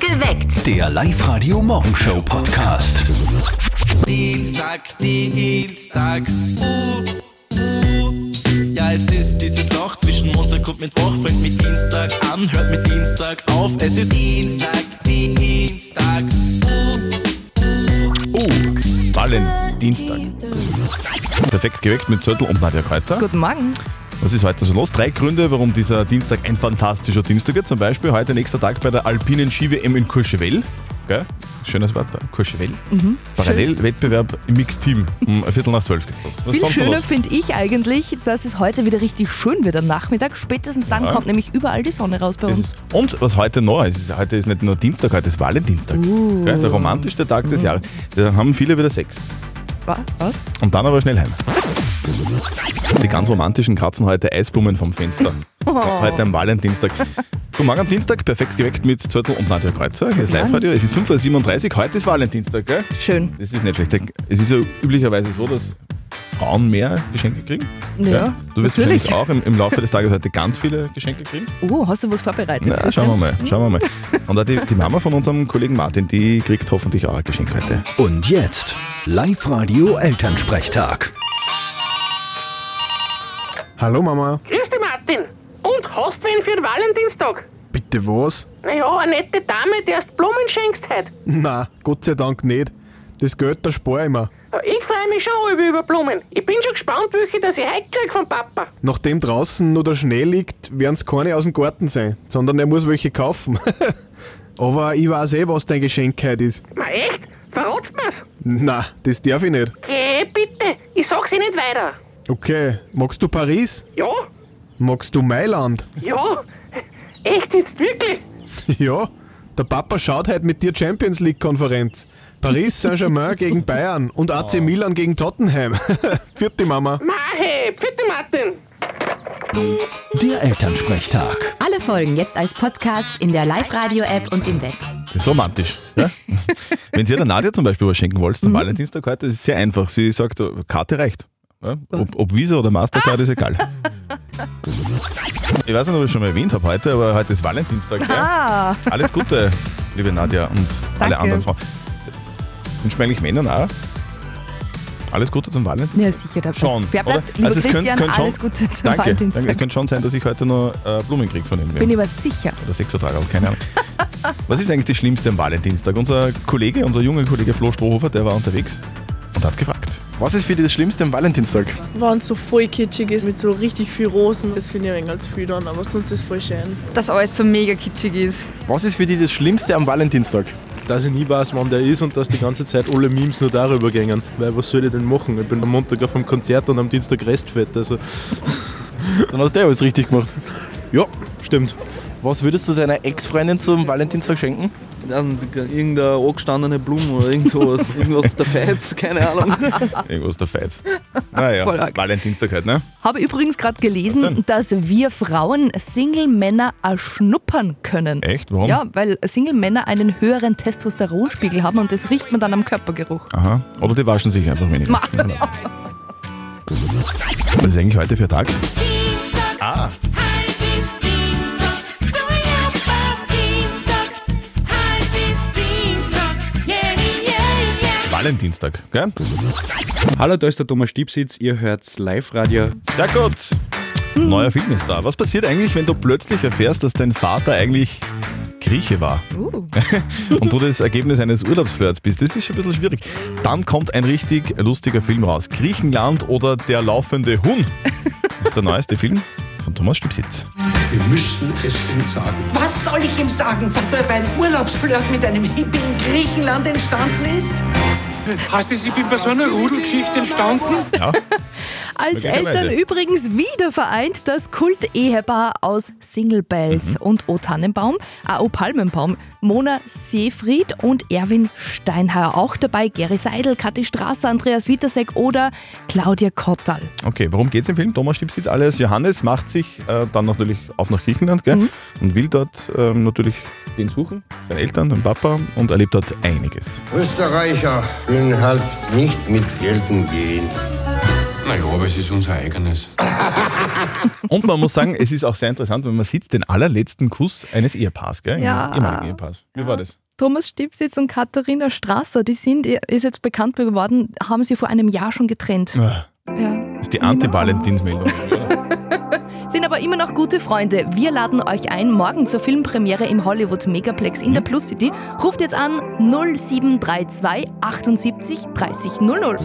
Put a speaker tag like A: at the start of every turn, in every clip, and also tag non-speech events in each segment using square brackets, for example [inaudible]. A: Geweckt.
B: Der Live-Radio Morgenshow Podcast.
C: Dienstag, Dienstag, uh, uh. Ja, es ist dieses Loch zwischen Montag und Mittwoch. Fängt mit Dienstag an, hört mit Dienstag auf. Es ist Dienstag, Dienstag,
D: Oh, Valentinstag. Perfekt geweckt mit Zettel und Nadja Kreuzer.
E: Guten Morgen.
D: Was ist heute so los? Drei Gründe, warum dieser Dienstag ein fantastischer Dienstag wird. Zum Beispiel heute nächster Tag bei der Alpinen Ski-WM in Courchevel. Gell? Schönes Wetter. Courchevel.
E: Mhm.
D: Parallelwettbewerb im Mixteam. Um Viertel nach zwölf geht's los. Was
E: Viel
D: sonst noch
E: schöner
D: los?
E: finde ich eigentlich, dass es heute wieder richtig schön wird am Nachmittag. Spätestens dann
D: Ja.
E: kommt nämlich überall die Sonne raus bei
D: Es
E: uns.
D: ist- Und was heute noch ist, ist- heute ist nicht nur Dienstag, heute ist Valentinstag.
E: Uh.
D: Gell? Der romantischste Tag
E: Mhm.
D: des Jahres. Da haben viele wieder Sex.
E: Wa- Was?
D: Und dann aber schnell heim. Die ganz romantischen kratzen heute Eisblumen vom Fenster.
E: Oh.
D: Heute am Valentinstag. Guten Morgen am Dienstag, perfekt geweckt mit Zürtel und Nadja Kreuzer. Hier ist Live-Radio. Es ist 5.37 Uhr, heute ist Valentinstag, gell?
E: Schön.
D: Das ist nicht schlecht. Es ist ja üblicherweise so, dass Frauen mehr Geschenke kriegen.
E: Ja,
D: gell? Du wirst
E: natürlich.
D: wahrscheinlich auch im, im Laufe des Tages heute ganz viele Geschenke kriegen.
E: Oh, hast du was vorbereitet?
D: Na,
E: Christian?
D: schauen wir mal, schauen wir mal. Und auch die, die Mama von unserem Kollegen Martin, die kriegt hoffentlich auch ein Geschenk heute.
B: Und jetzt Live-Radio Elternsprechtag.
F: Hallo Mama.
G: Grüß dich, Martin. Und hast wen für den Valentinstag?
F: Bitte was?
G: Naja, eine nette Dame, der erst Blumen schenkst heute.
F: [laughs] Na, Gott sei Dank nicht. Das Geld, das spare ich mir.
G: Ja, Ich freue mich schon über, über Blumen. Ich bin schon gespannt, welche das ich heute krieg von Papa.
F: Nachdem draußen nur der Schnee liegt, werden's keine aus dem Garten sein, sondern er muss welche kaufen. [laughs] Aber ich weiß eh, was dein Geschenk heute ist.
G: Ma echt? Verrat's mir's?
F: Na, das darf ich nicht.
G: Geh bitte, ich sag's dir nicht weiter.
F: Okay, magst du Paris?
G: Ja?
F: Magst du Mailand? [laughs]
G: Ja? Echt jetzt, wirklich?
F: ja, der Papa schaut heute mit dir Champions League-Konferenz. Paris Saint-Germain gegen Bayern und AC Milan gegen Tottenham. [laughs] Vierte Mama.
G: Ma, hey, bitte, Martin.
B: Der Elternsprechtag.
H: Alle Folgen jetzt als Podcast in der Live-Radio-App und im Web.
D: Das ist romantisch.
E: [laughs]
D: Ja? Wenn Sie der Nadja zum Beispiel was schenken wollt
E: Mhm.
D: zum Valentinstag heute, das ist sehr einfach. Sie sagt, Karte reicht. Ja? Ob, ob Visa oder Mastercard ist
E: [laughs]
D: egal. Ich weiß nicht, ob ich schon mal erwähnt habe heute, aber heute ist Valentinstag. Ah. Alles Gute, liebe Nadja und alle
E: Danke.
D: anderen Frauen. Wünsche mir eigentlich Männern auch. Alles Gute zum Valentinstag.
E: Ja, sicher. Da
D: Schon.
E: Wer
D: oder?
E: bleibt, lieber
D: Also es könnte-
E: Christian,
D: könnte schon-
E: alles Gute zum
D: danke,
E: Valentinstag.
D: Danke, es könnte schon sein, dass ich heute noch äh, Blumen kriege von ihm.
E: Bin ich aber sicher.
D: Oder 6 Tage,
I: [laughs]
D: keine Ahnung. Was ist eigentlich das Schlimmste am Valentinstag? Unser Kollege, unser junger Kollege Flo Strohhofer, der war unterwegs und hat gefragt.
I: Was ist für dich das Schlimmste am Valentinstag?
J: Wenn es so voll kitschig ist, mit so richtig viel Rosen, das finde ich ein wenig als viel dann, aber sonst ist es voll schön.
H: Dass alles so mega kitschig ist.
I: Was ist für dich das Schlimmste am Valentinstag?
C: Dass ich nie weiß, wann der ist und dass die ganze Zeit alle Memes nur darüber gingen. Weil was soll ich denn machen? Ich bin am Montag auf einem Konzert und am Dienstag Restfett. Also,
I: [laughs] Dann hast du ja alles richtig gemacht.
C: ja, stimmt.
I: Was würdest du deiner Ex-Freundin zum Valentinstag schenken?
C: Irgendeine angestandene Blume oder irgend
I: [laughs]
C: sowas. Irgendwas der Feiz, keine Ahnung.
D: Irgendwas der Feiz. Naja,
E: Voll arg.
D: Valentinstag halt, ne?
E: Habe übrigens gerade gelesen, dass wir Frauen Single-Männer erschnuppern können.
D: Echt? Warum?
E: Ja, weil Single-Männer einen höheren Testosteronspiegel haben und das riecht man dann am Körpergeruch.
D: Aha. Oder die waschen sich einfach weniger. Was ist eigentlich heute für ein Tag? Ah. Valentinstag, gell?
C: Hallo, da ist der Thomas Stiebsitz. Ihr hört's Live-Radio.
D: Sehr gut. Neuer Film ist da. Was passiert eigentlich, wenn du plötzlich erfährst, dass dein Vater eigentlich Grieche war?
E: Uh.
D: [laughs] und du das Ergebnis eines Urlaubsflirts bist, das ist schon ein bisschen schwierig. Dann kommt ein richtig lustiger Film raus. Griechenland oder Der laufende Huhn. Das ist der neueste Film von Thomas Stipsitz.
B: Wir müssen es ihm sagen.
G: Was soll ich ihm sagen, was bei meinem Urlaubsflirt mit einem Hippie in Griechenland entstanden ist?
D: Ja,
E: Als
D: Möglicherweise.
E: Eltern übrigens wieder vereint das Kult-Ehepaar aus Single Bells und O Tannenbaum, äh, O Palmenbaum, Mona Seefried und Erwin Steinhauer. Auch dabei Gary Seidel, Kathi Strasser, Andreas Witasek oder Claudia Kottal.
D: okay, worum geht's im Film? Thomas Stipsitz alles. Johannes macht sich äh, dann natürlich auf nach Griechenland gell? und will dort ähm, natürlich den suchen, seine Eltern, den Papa und erlebt dort einiges.
K: Österreicher können halt nicht mit Geld umgehen.
A: Naja, aber es ist unser eigenes.
D: Und man muss sagen, es ist auch sehr interessant, wenn man sieht, den allerletzten Kuss eines Ehepaars, gell?
E: Ja.
D: Eines ehemaligen Ehepaars. Wie war das?
E: Thomas Stipsitz und Katharina Strasser, die sind, ist jetzt bekannt geworden, haben sie vor einem Jahr schon getrennt.
D: Ah,
E: Ja.
D: Das ist die Anti-Valentins-Meldung.
E: Sind aber immer noch gute Freunde. Wir laden euch ein, morgen zur Filmpremiere im Hollywood Megaplex in der Plus City. Ruft jetzt an 0732 78 30 00.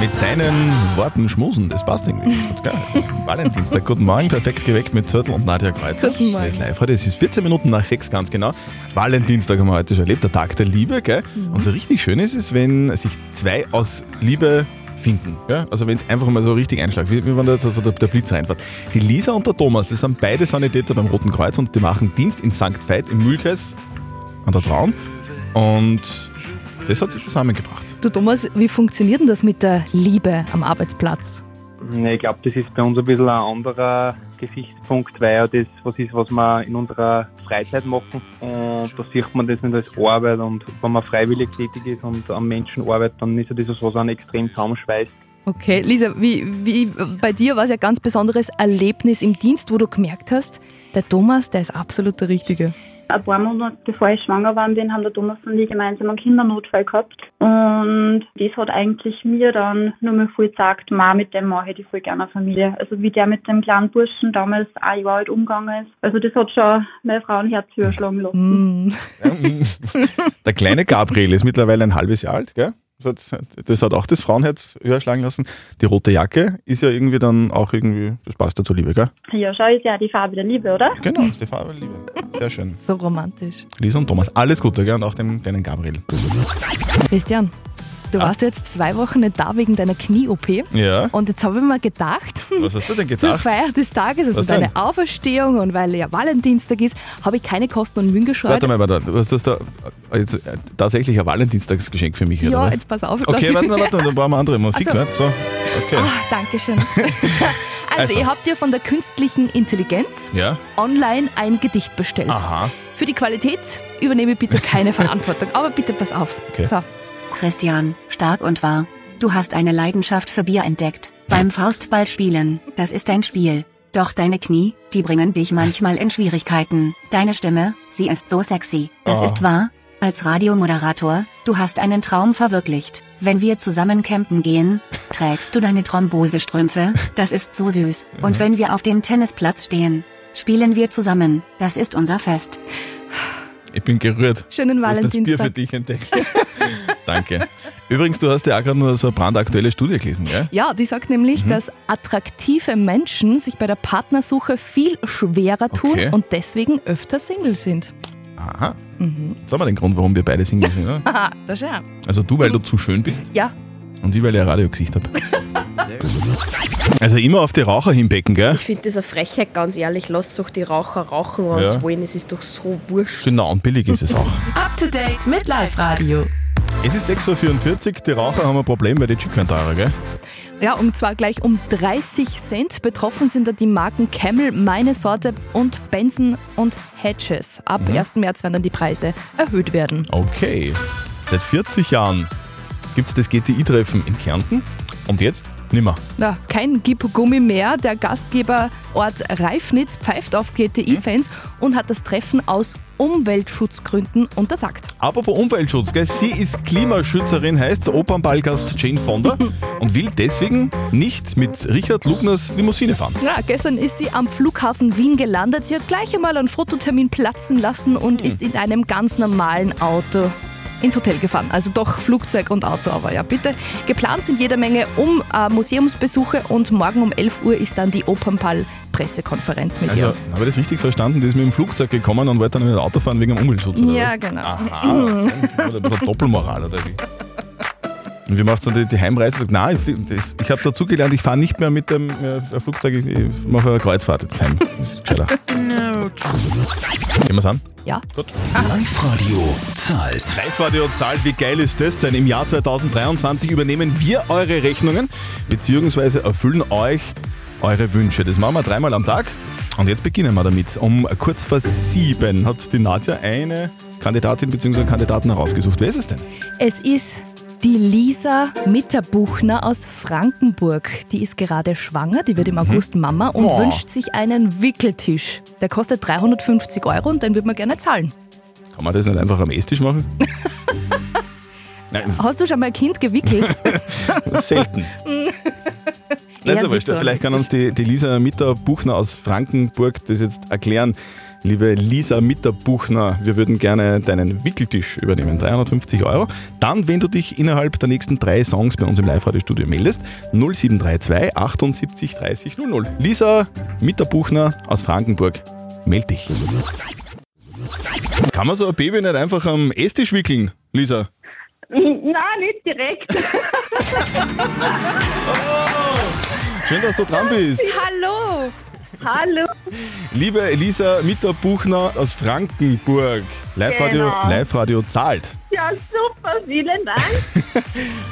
D: Mit deinen Worten schmusen, das passt irgendwie. Gut, gell? Valentinstag, guten Morgen, perfekt geweckt mit Zürtel und Nadja Kreuzer.
E: Guten Morgen.
D: Das ist live heute, es ist 14 Minuten nach 6 ganz genau. Valentinstag haben wir heute schon erlebt, der Tag der Liebe. Gell? Und so richtig schön ist es, wenn sich zwei aus Liebe finden. Gell? Also wenn es einfach mal so richtig einschlägt, wie, wie wenn da so so der, der Blitz reinfährt. Die Lisa und der Thomas, das sind beide Sanitäter beim Roten Kreuz und die machen Dienst in St. Veit im Mühlkreis an der Traun. Und das hat sie zusammengebracht.
E: Du Thomas, wie funktioniert denn das mit der Liebe am Arbeitsplatz?
A: Ich glaube, das ist bei uns ein bisschen ein anderer Gesichtspunkt, weil ja das was ist, was wir in unserer Freizeit machen. Und da sieht man das nicht als Arbeit. Und wenn man freiwillig tätig ist und am Menschen arbeitet, dann ist ja dieses, was einen extrem zusammenschweißt.
E: Okay, Lisa, wie, wie, bei dir war es ja ein ganz besonderes Erlebnis im Dienst, wo du gemerkt hast, der Thomas, der ist absolut der Richtige.
A: Ein paar Monate bevor ich schwanger war, haben der Thomas und ich gemeinsam einen Kindernotfall gehabt. Und das hat eigentlich mir dann nur mal viel gesagt, Ma, mit dem mache ich die voll gerne eine Familie. Also wie der mit dem kleinen Burschen damals ein Jahr alt umgegangen ist. Also das hat schon mein Frauenherz überschlagen lassen.
E: Mm.
D: [laughs] Der kleine Gabriel ist mittlerweile ein halbes Jahr alt, gell? Das hat, das hat auch das Frauenherz höher schlagen lassen. Die rote Jacke ist ja irgendwie dann auch irgendwie, das passt ja zur Liebe, gell?
A: Ja, schau, ist ja die Farbe der Liebe, oder?
D: Genau, ist die Farbe der Liebe. Sehr schön.
E: [laughs] So romantisch.
D: Lisa und Thomas, alles Gute, gell? Und auch dem kleinen Gabriel.
E: Christian, du warst jetzt zwei Wochen nicht da wegen deiner Knie-OP.
D: Ja,
E: Und jetzt habe ich mir gedacht, hm,
D: was hast du denn
E: zur
D: gedacht?
E: Feier des Tages, also
D: Was
E: deine
D: denn?
E: Auferstehung und weil ja Valentinstag ist, habe ich keine Kosten und Mühen gescheut.
D: Warte mal, warte, mal, was ist das da? Jetzt, äh, tatsächlich ein Valentinstagsgeschenk für mich,
E: ja,
D: oder?
E: jetzt pass auf.
D: okay,
E: lass-
D: warte, mal, warte, mal, dann brauchen wir andere Musik,
E: Also-
D: ne? So, okay.
E: Ah,
D: [laughs]
E: Dankeschön. also,
D: Also.
E: ihr habt ja von der künstlichen Intelligenz
D: Ja,
E: online ein Gedicht bestellt.
D: aha.
E: Für die Qualität übernehme ich bitte keine Verantwortung, aber bitte pass auf.
D: Okay.
E: So,
H: Christian, stark und wahr. Du hast eine Leidenschaft für Bier entdeckt. Beim Faustball spielen, das ist ein Spiel. Doch deine Knie, die bringen dich manchmal in Schwierigkeiten. Deine Stimme, sie ist so sexy. Das
D: Oh.
H: ist wahr. Als Radiomoderator, du hast einen Traum verwirklicht. Wenn wir zusammen campen gehen, trägst du deine Thrombosestrümpfe, das ist so süß. Und wenn wir auf dem Tennisplatz stehen, spielen wir zusammen, das ist unser Fest.
D: Ich bin gerührt.
E: schönen
D: Du hast das Bier für
E: Valentinstag.
D: dich entdeckt. [laughs] Danke. Übrigens, du hast ja auch gerade nur so eine brandaktuelle Studie gelesen, gell?
E: Ja, die sagt
D: Mhm.
E: nämlich, dass attraktive Menschen sich bei der Partnersuche viel schwerer tun
D: Okay.
E: und deswegen öfter Single sind. [laughs]
D: Aha.
E: Mhm.
D: Jetzt haben wir den Grund, warum wir beide Single sind, oder?
E: Haha, das ist ja.
D: Also du, weil du zu schön bist
E: Ja,
D: und ich, weil ich ein Radiogesicht habe. Also immer auf die Raucher hinbecken, gell?
J: Ich finde das eine Frechheit, ganz ehrlich. Lasst doch die Raucher rauchen, wenn
D: Ja.
J: sie wollen. Es ist doch so
A: [laughs]
J: wurscht.
D: Genau, und billig ist es auch.
H: Up to date mit Live Radio.
D: Es ist 6.44 Uhr, die Raucher haben ein Problem, weil die Chips werden teurer, gell?
E: Ja, und zwar gleich um 30 Cent. Betroffen sind da die Marken Camel, Meine Sorte und Benson und Hedges. Ab 1. März werden dann die Preise erhöht werden.
D: Okay. Seit 40 Jahren gibt es das GTI-Treffen in Kärnten und jetzt nimmer.
E: Ja, kein Gib-Gummi mehr. Der Gastgeberort Reifnitz pfeift auf GTI-Fans und hat das Treffen aus Umweltschutzgründen untersagt.
D: Apropos Umweltschutz, gell? sie ist Klimaschützerin, heißt Opernballgast Jane
E: [laughs]
D: Fonda und will deswegen nicht mit Richard Lugners Limousine fahren.
E: Ja, gestern ist sie am Flughafen Wien gelandet. Sie hat gleich einmal einen Fototermin platzen lassen und
D: Hm.
E: ist in einem ganz normalen Auto ins Hotel gefahren. Also doch Flugzeug und Auto, aber ja, bitte. Geplant sind jede Menge um äh, Museumsbesuche und morgen um 11 Uhr ist dann die Opernball-Pressekonferenz mit
D: Also, habe ich das richtig verstanden? Die ist mit dem Flugzeug gekommen und wollte dann nicht Auto fahren wegen dem Umweltschutz.
E: ihr.
D: oder
E: Ja,
D: was?
E: genau.
D: Aha, oder ein bisschen Doppelmoral oder wie? Und wie macht dann die, die Heimreise? Sagt, nein, ich, flieg- das- ich habe dazugelernt, ich fahre nicht mehr mit dem äh, Flugzeug, ich, ich mache eine Kreuzfahrt jetzt heim. Das ist
E: [laughs]
D: gescheiter. Gehen wir's an?
E: Ja.
D: Gut.
B: Live-Radio zahlt.
D: Live-Radio zahlt, wie geil ist das denn? Im Jahr 2023 übernehmen wir eure Rechnungen bzw. erfüllen euch eure Wünsche. Das machen wir dreimal am Tag. Und jetzt beginnen wir damit. Um kurz vor sieben hat die Nadja eine Kandidatin bzw. Kandidaten herausgesucht. Wer ist es denn?
E: Es ist Die Lisa Mitterbuchner aus Frankenburg, die ist gerade schwanger, die
D: Mhm.
E: wird im August Mama und
D: Boah.
E: wünscht sich einen Wickeltisch. Der kostet 350 Euro und den würde man gerne zahlen.
D: Kann man das nicht einfach am Esstisch machen? Nein,
E: Hast du schon mal ein
D: [laughs]
E: Kind gewickelt?
D: selten.
E: Eher
D: Das ist aber
E: nicht so.
D: Vielleicht kann uns die, die Lisa Mitterbuchner aus Frankenburg das jetzt erklären. Liebe Lisa Mitterbuchner, wir würden gerne deinen Wickeltisch übernehmen. 350 Euro. Dann, wenn du dich innerhalb der nächsten drei Songs bei uns im Live-Radio-Studio meldest, 0732 78 30 00. Lisa Mitterbuchner aus Frankenburg, meld dich. Kann man so ein Baby nicht einfach am Esstisch wickeln, Lisa?
K: Nein, nicht direkt.
J: [laughs]
D: Schön, dass du dran bist.
E: Hallo.
K: Hallo.
D: Liebe Elisa Mitterbuchner aus Frankenburg, Live-Radio
K: Genau.
D: Live Radio zahlt.
K: Ja, super, vielen Dank.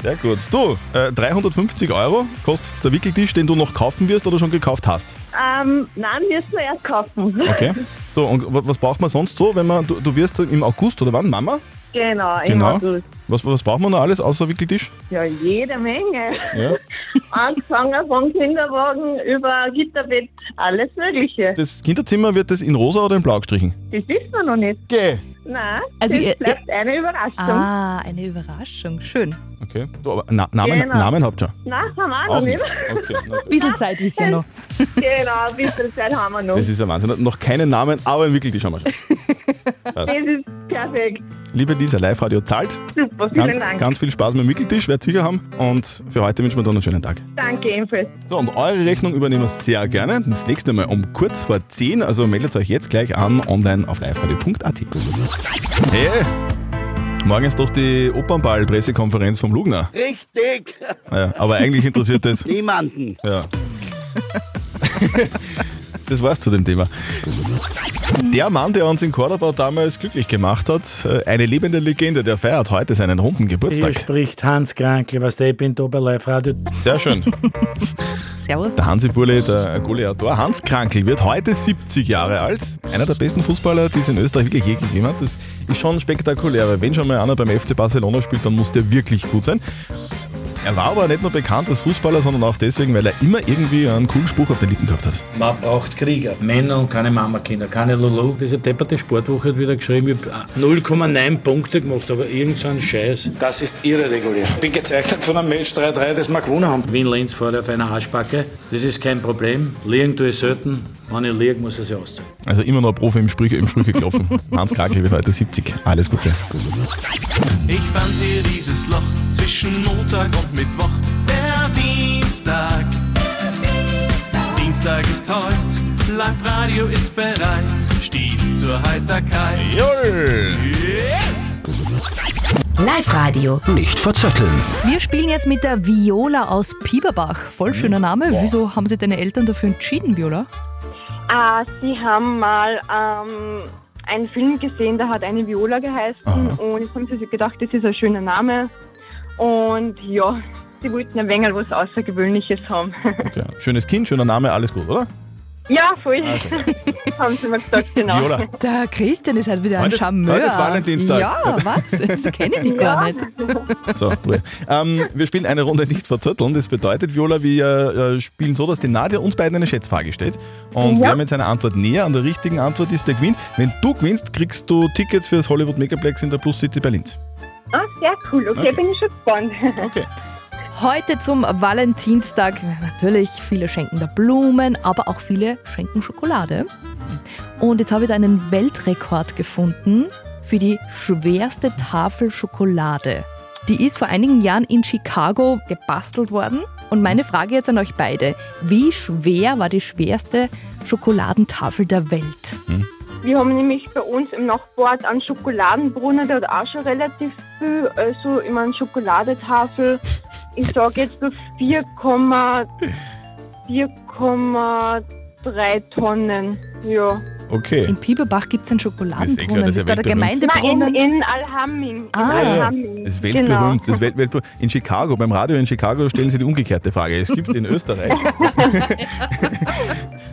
D: Sehr gut. Du, äh, 350 Euro kostet der Wickeltisch, den du noch kaufen wirst oder schon gekauft hast.
K: Ähm, nein, müssen wir erst kaufen.
D: Okay. So, und wa- was braucht man sonst so, wenn man, du, du wirst im August oder wann, Mama?
K: Genau,
D: genau.
K: immer gut.
D: Was, was braucht man noch alles außer Wickeltisch?
K: Ja, jede Menge.
D: Ja.
K: Angefangen vom Kinderwagen über Gitterbett, alles Mögliche.
D: Das Kinderzimmer wird das in rosa oder in blau gestrichen?
K: Das wissen wir noch nicht.
D: Geh.
K: Nein,
E: Also
K: das
E: ihr-
K: bleibt eine Überraschung.
E: Ah, eine Überraschung. Schön.
D: Okay. Du, aber Na, Namen,
K: Genau.
D: Namen habt ihr
K: Nein, haben wir auch
D: schon?
K: noch nicht.
D: Okay. na gut.
E: Bisschen Zeit ist ja noch.
K: genau, ein bisschen Zeit haben wir noch.
D: Das ist ja Wahnsinn. Noch keinen Namen, aber einen Wickeltisch haben wir schon. Passt.
K: Das ist perfekt.
D: Liebe Lisa, Live-Radio zahlt.
K: Super, vielen
D: Ganz,
K: Dank.
D: ganz viel Spaß mit dem Wickeltisch, werdet sicher haben. Und für heute wünschen wir dann einen schönen Tag.
K: Danke ebenfalls.
D: So, und eure Rechnung übernehmen wir sehr gerne. Das nächste Mal um kurz vor 10. Also meldet euch jetzt gleich an online auf liveradio.at. Hey! Morgen ist doch die Opernball-Pressekonferenz vom Lugner.
L: Richtig!
D: Ja, aber eigentlich interessiert das.
L: Niemanden.
D: Ja. Das war's zu dem Thema. Der Mann, der uns in Cordoba damals glücklich gemacht hat, äh, eine lebende Legende, der feiert heute seinen runden
M: Hier
D: Geburtstag.
M: spricht Hans Krankl, was der, ich bin da bei Live Radio.
D: Sehr schön.
E: Servus.
D: Der Hansi Burle, der Goleador Hans Krankl, wird heute 70 Jahre alt. Einer der besten Fußballer, die es in Österreich wirklich je gegeben hat. Das ist schon spektakulär, weil wenn schon mal einer beim FC Barcelona spielt, dann muss der wirklich gut sein. Er war aber nicht nur bekannt als Fußballer, sondern auch deswegen, weil er immer irgendwie einen coolen Spruch auf den Lippen gehabt hat.
M: Man braucht Krieger, Männer und keine Mamakinder, keine Lulu. Diese depperte Sportwoche hat wieder geschrieben, ich hab 0,9 Punkte gemacht, aber irgend so ein Scheiß. Das ist irregulär. Ich bin gezeichnet von einem Match 3-3, das wir gewonnen haben. Wien-Lenz fährt auf einer Arschbacke, das ist kein Problem. Liegen tue ich selten, Hm, wenn ich liege, muss ich sie ausziehen.
D: Also immer noch ein Profi im, Sprüche, im Sprüche klopfen. Hans Krakel wird heute 70. Alles Gute.
C: Ich fand hier dieses Loch zwischen Montag und Mittwoch, der Dienstag. Dienstag ist heute, Live-Radio ist bereit, stets zur Heiterkeit.
D: Jawohl.
E: Live Radio.
B: Nicht verzetteln.
E: Wir spielen jetzt mit der Viola aus Pieperbach.
D: Mhm.
E: Voll schöner Name.
B: Boah.
E: Wieso haben sich deine Eltern dafür entschieden, Viola?
K: Ah, sie haben mal ähm, einen Film gesehen, der hat eine Viola geheißen und jetzt haben sie sich gedacht, das ist ein schöner Name und ja, sie wollten ein wenig was Außergewöhnliches haben. [laughs]
D: Ja, schönes Kind, schöner Name, alles gut, oder?
K: ja, voll. [laughs] haben sie mir gesagt, genau.
D: Viola.
E: Der Christian ist halt wieder ein
D: Heute ist-
E: Charmeur.
D: heute ist Valentinstag.
E: Ja, was? [laughs] So kenne ich die gar nicht.
D: So, Ruhe. ähm, wir spielen eine Runde nicht verzötteln. Das bedeutet, Viola, wir äh, spielen so, dass die Nadja uns beiden eine Schätzfrage stellt. Und
K: Ja.
D: wer mit seiner Antwort näher an der richtigen Antwort ist, der gewinnt. Wenn du gewinnst, kriegst du Tickets für das Hollywood Megaplex in der Plus City Berlin.
K: Ah, sehr cool. Okay,
D: Okay.
K: bin ich schon gespannt.
D: Okay.
E: Heute zum Valentinstag. Natürlich, viele schenken da Blumen, aber auch viele schenken Schokolade. Und jetzt habe ich da einen Weltrekord gefunden für die schwerste Tafel Schokolade. Die ist vor einigen Jahren in Chicago gebastelt worden. Und meine Frage jetzt an euch beide. Wie schwer war die schwerste Schokoladentafel der Welt?
K: Wir haben nämlich bei uns im Nachbarort einen Schokoladenbrunnen, der hat auch schon relativ viel, also immer eine Schokoladetafel. Ich sage jetzt so 4,4,3 Tonnen. Ja.
D: Okay.
E: In Pieperbach gibt es einen Schokoladenbrunnen.
D: Das ist
E: ist,
D: eh klar, das ist ja
E: da der
D: weltberühmt.
E: Gemeindebrunnen?
K: Nein, in, in Alhamming. In
M: Ah,
K: Alhamming.
D: Das ist
K: Genau.
D: weltberühmt. Das ist welt, weltberühmt. In Chicago, beim Radio in Chicago stellen sie die umgekehrte Frage. Es gibt in
K: [laughs]
D: Österreich.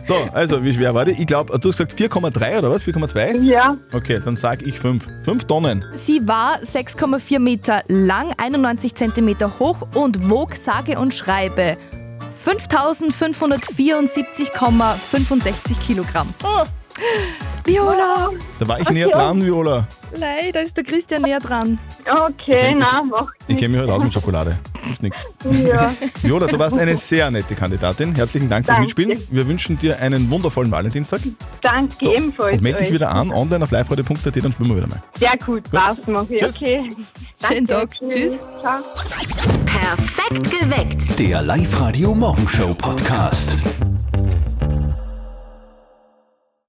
D: so, also, wie schwer war die? Ich glaube, du hast gesagt 4,3 oder was? 4,2?
K: Ja.
D: Okay, dann sag ich 5. 5 Tonnen.
E: Sie war 6,4 Meter lang, 91 Zentimeter hoch und wog sage und schreibe 5574,65 Kilogramm. Oh. Viola!
D: Da war ich näher dran, Viola.
E: Leider da ist der Christian näher dran.
K: Okay, na, macht
D: Ich kenne mich heute aus mit Schokolade. Ist nix.
K: [laughs] Ja.
D: Viola, du warst eine sehr nette Kandidatin. Herzlichen Dank fürs
K: Danke.
D: Mitspielen. Wir wünschen dir einen wundervollen Valentinstag.
K: Danke ebenfalls.
D: Und melde dich
K: euch.
D: wieder an, online auf livefreude.at, dann spielen wir wieder mal.
K: Sehr gut, passt, mach ich.
D: Tschüss.
K: Okay.
E: Schönen Tag.
K: Tschüss. Ciao.
B: Der Live-Radio Morgenshow Podcast.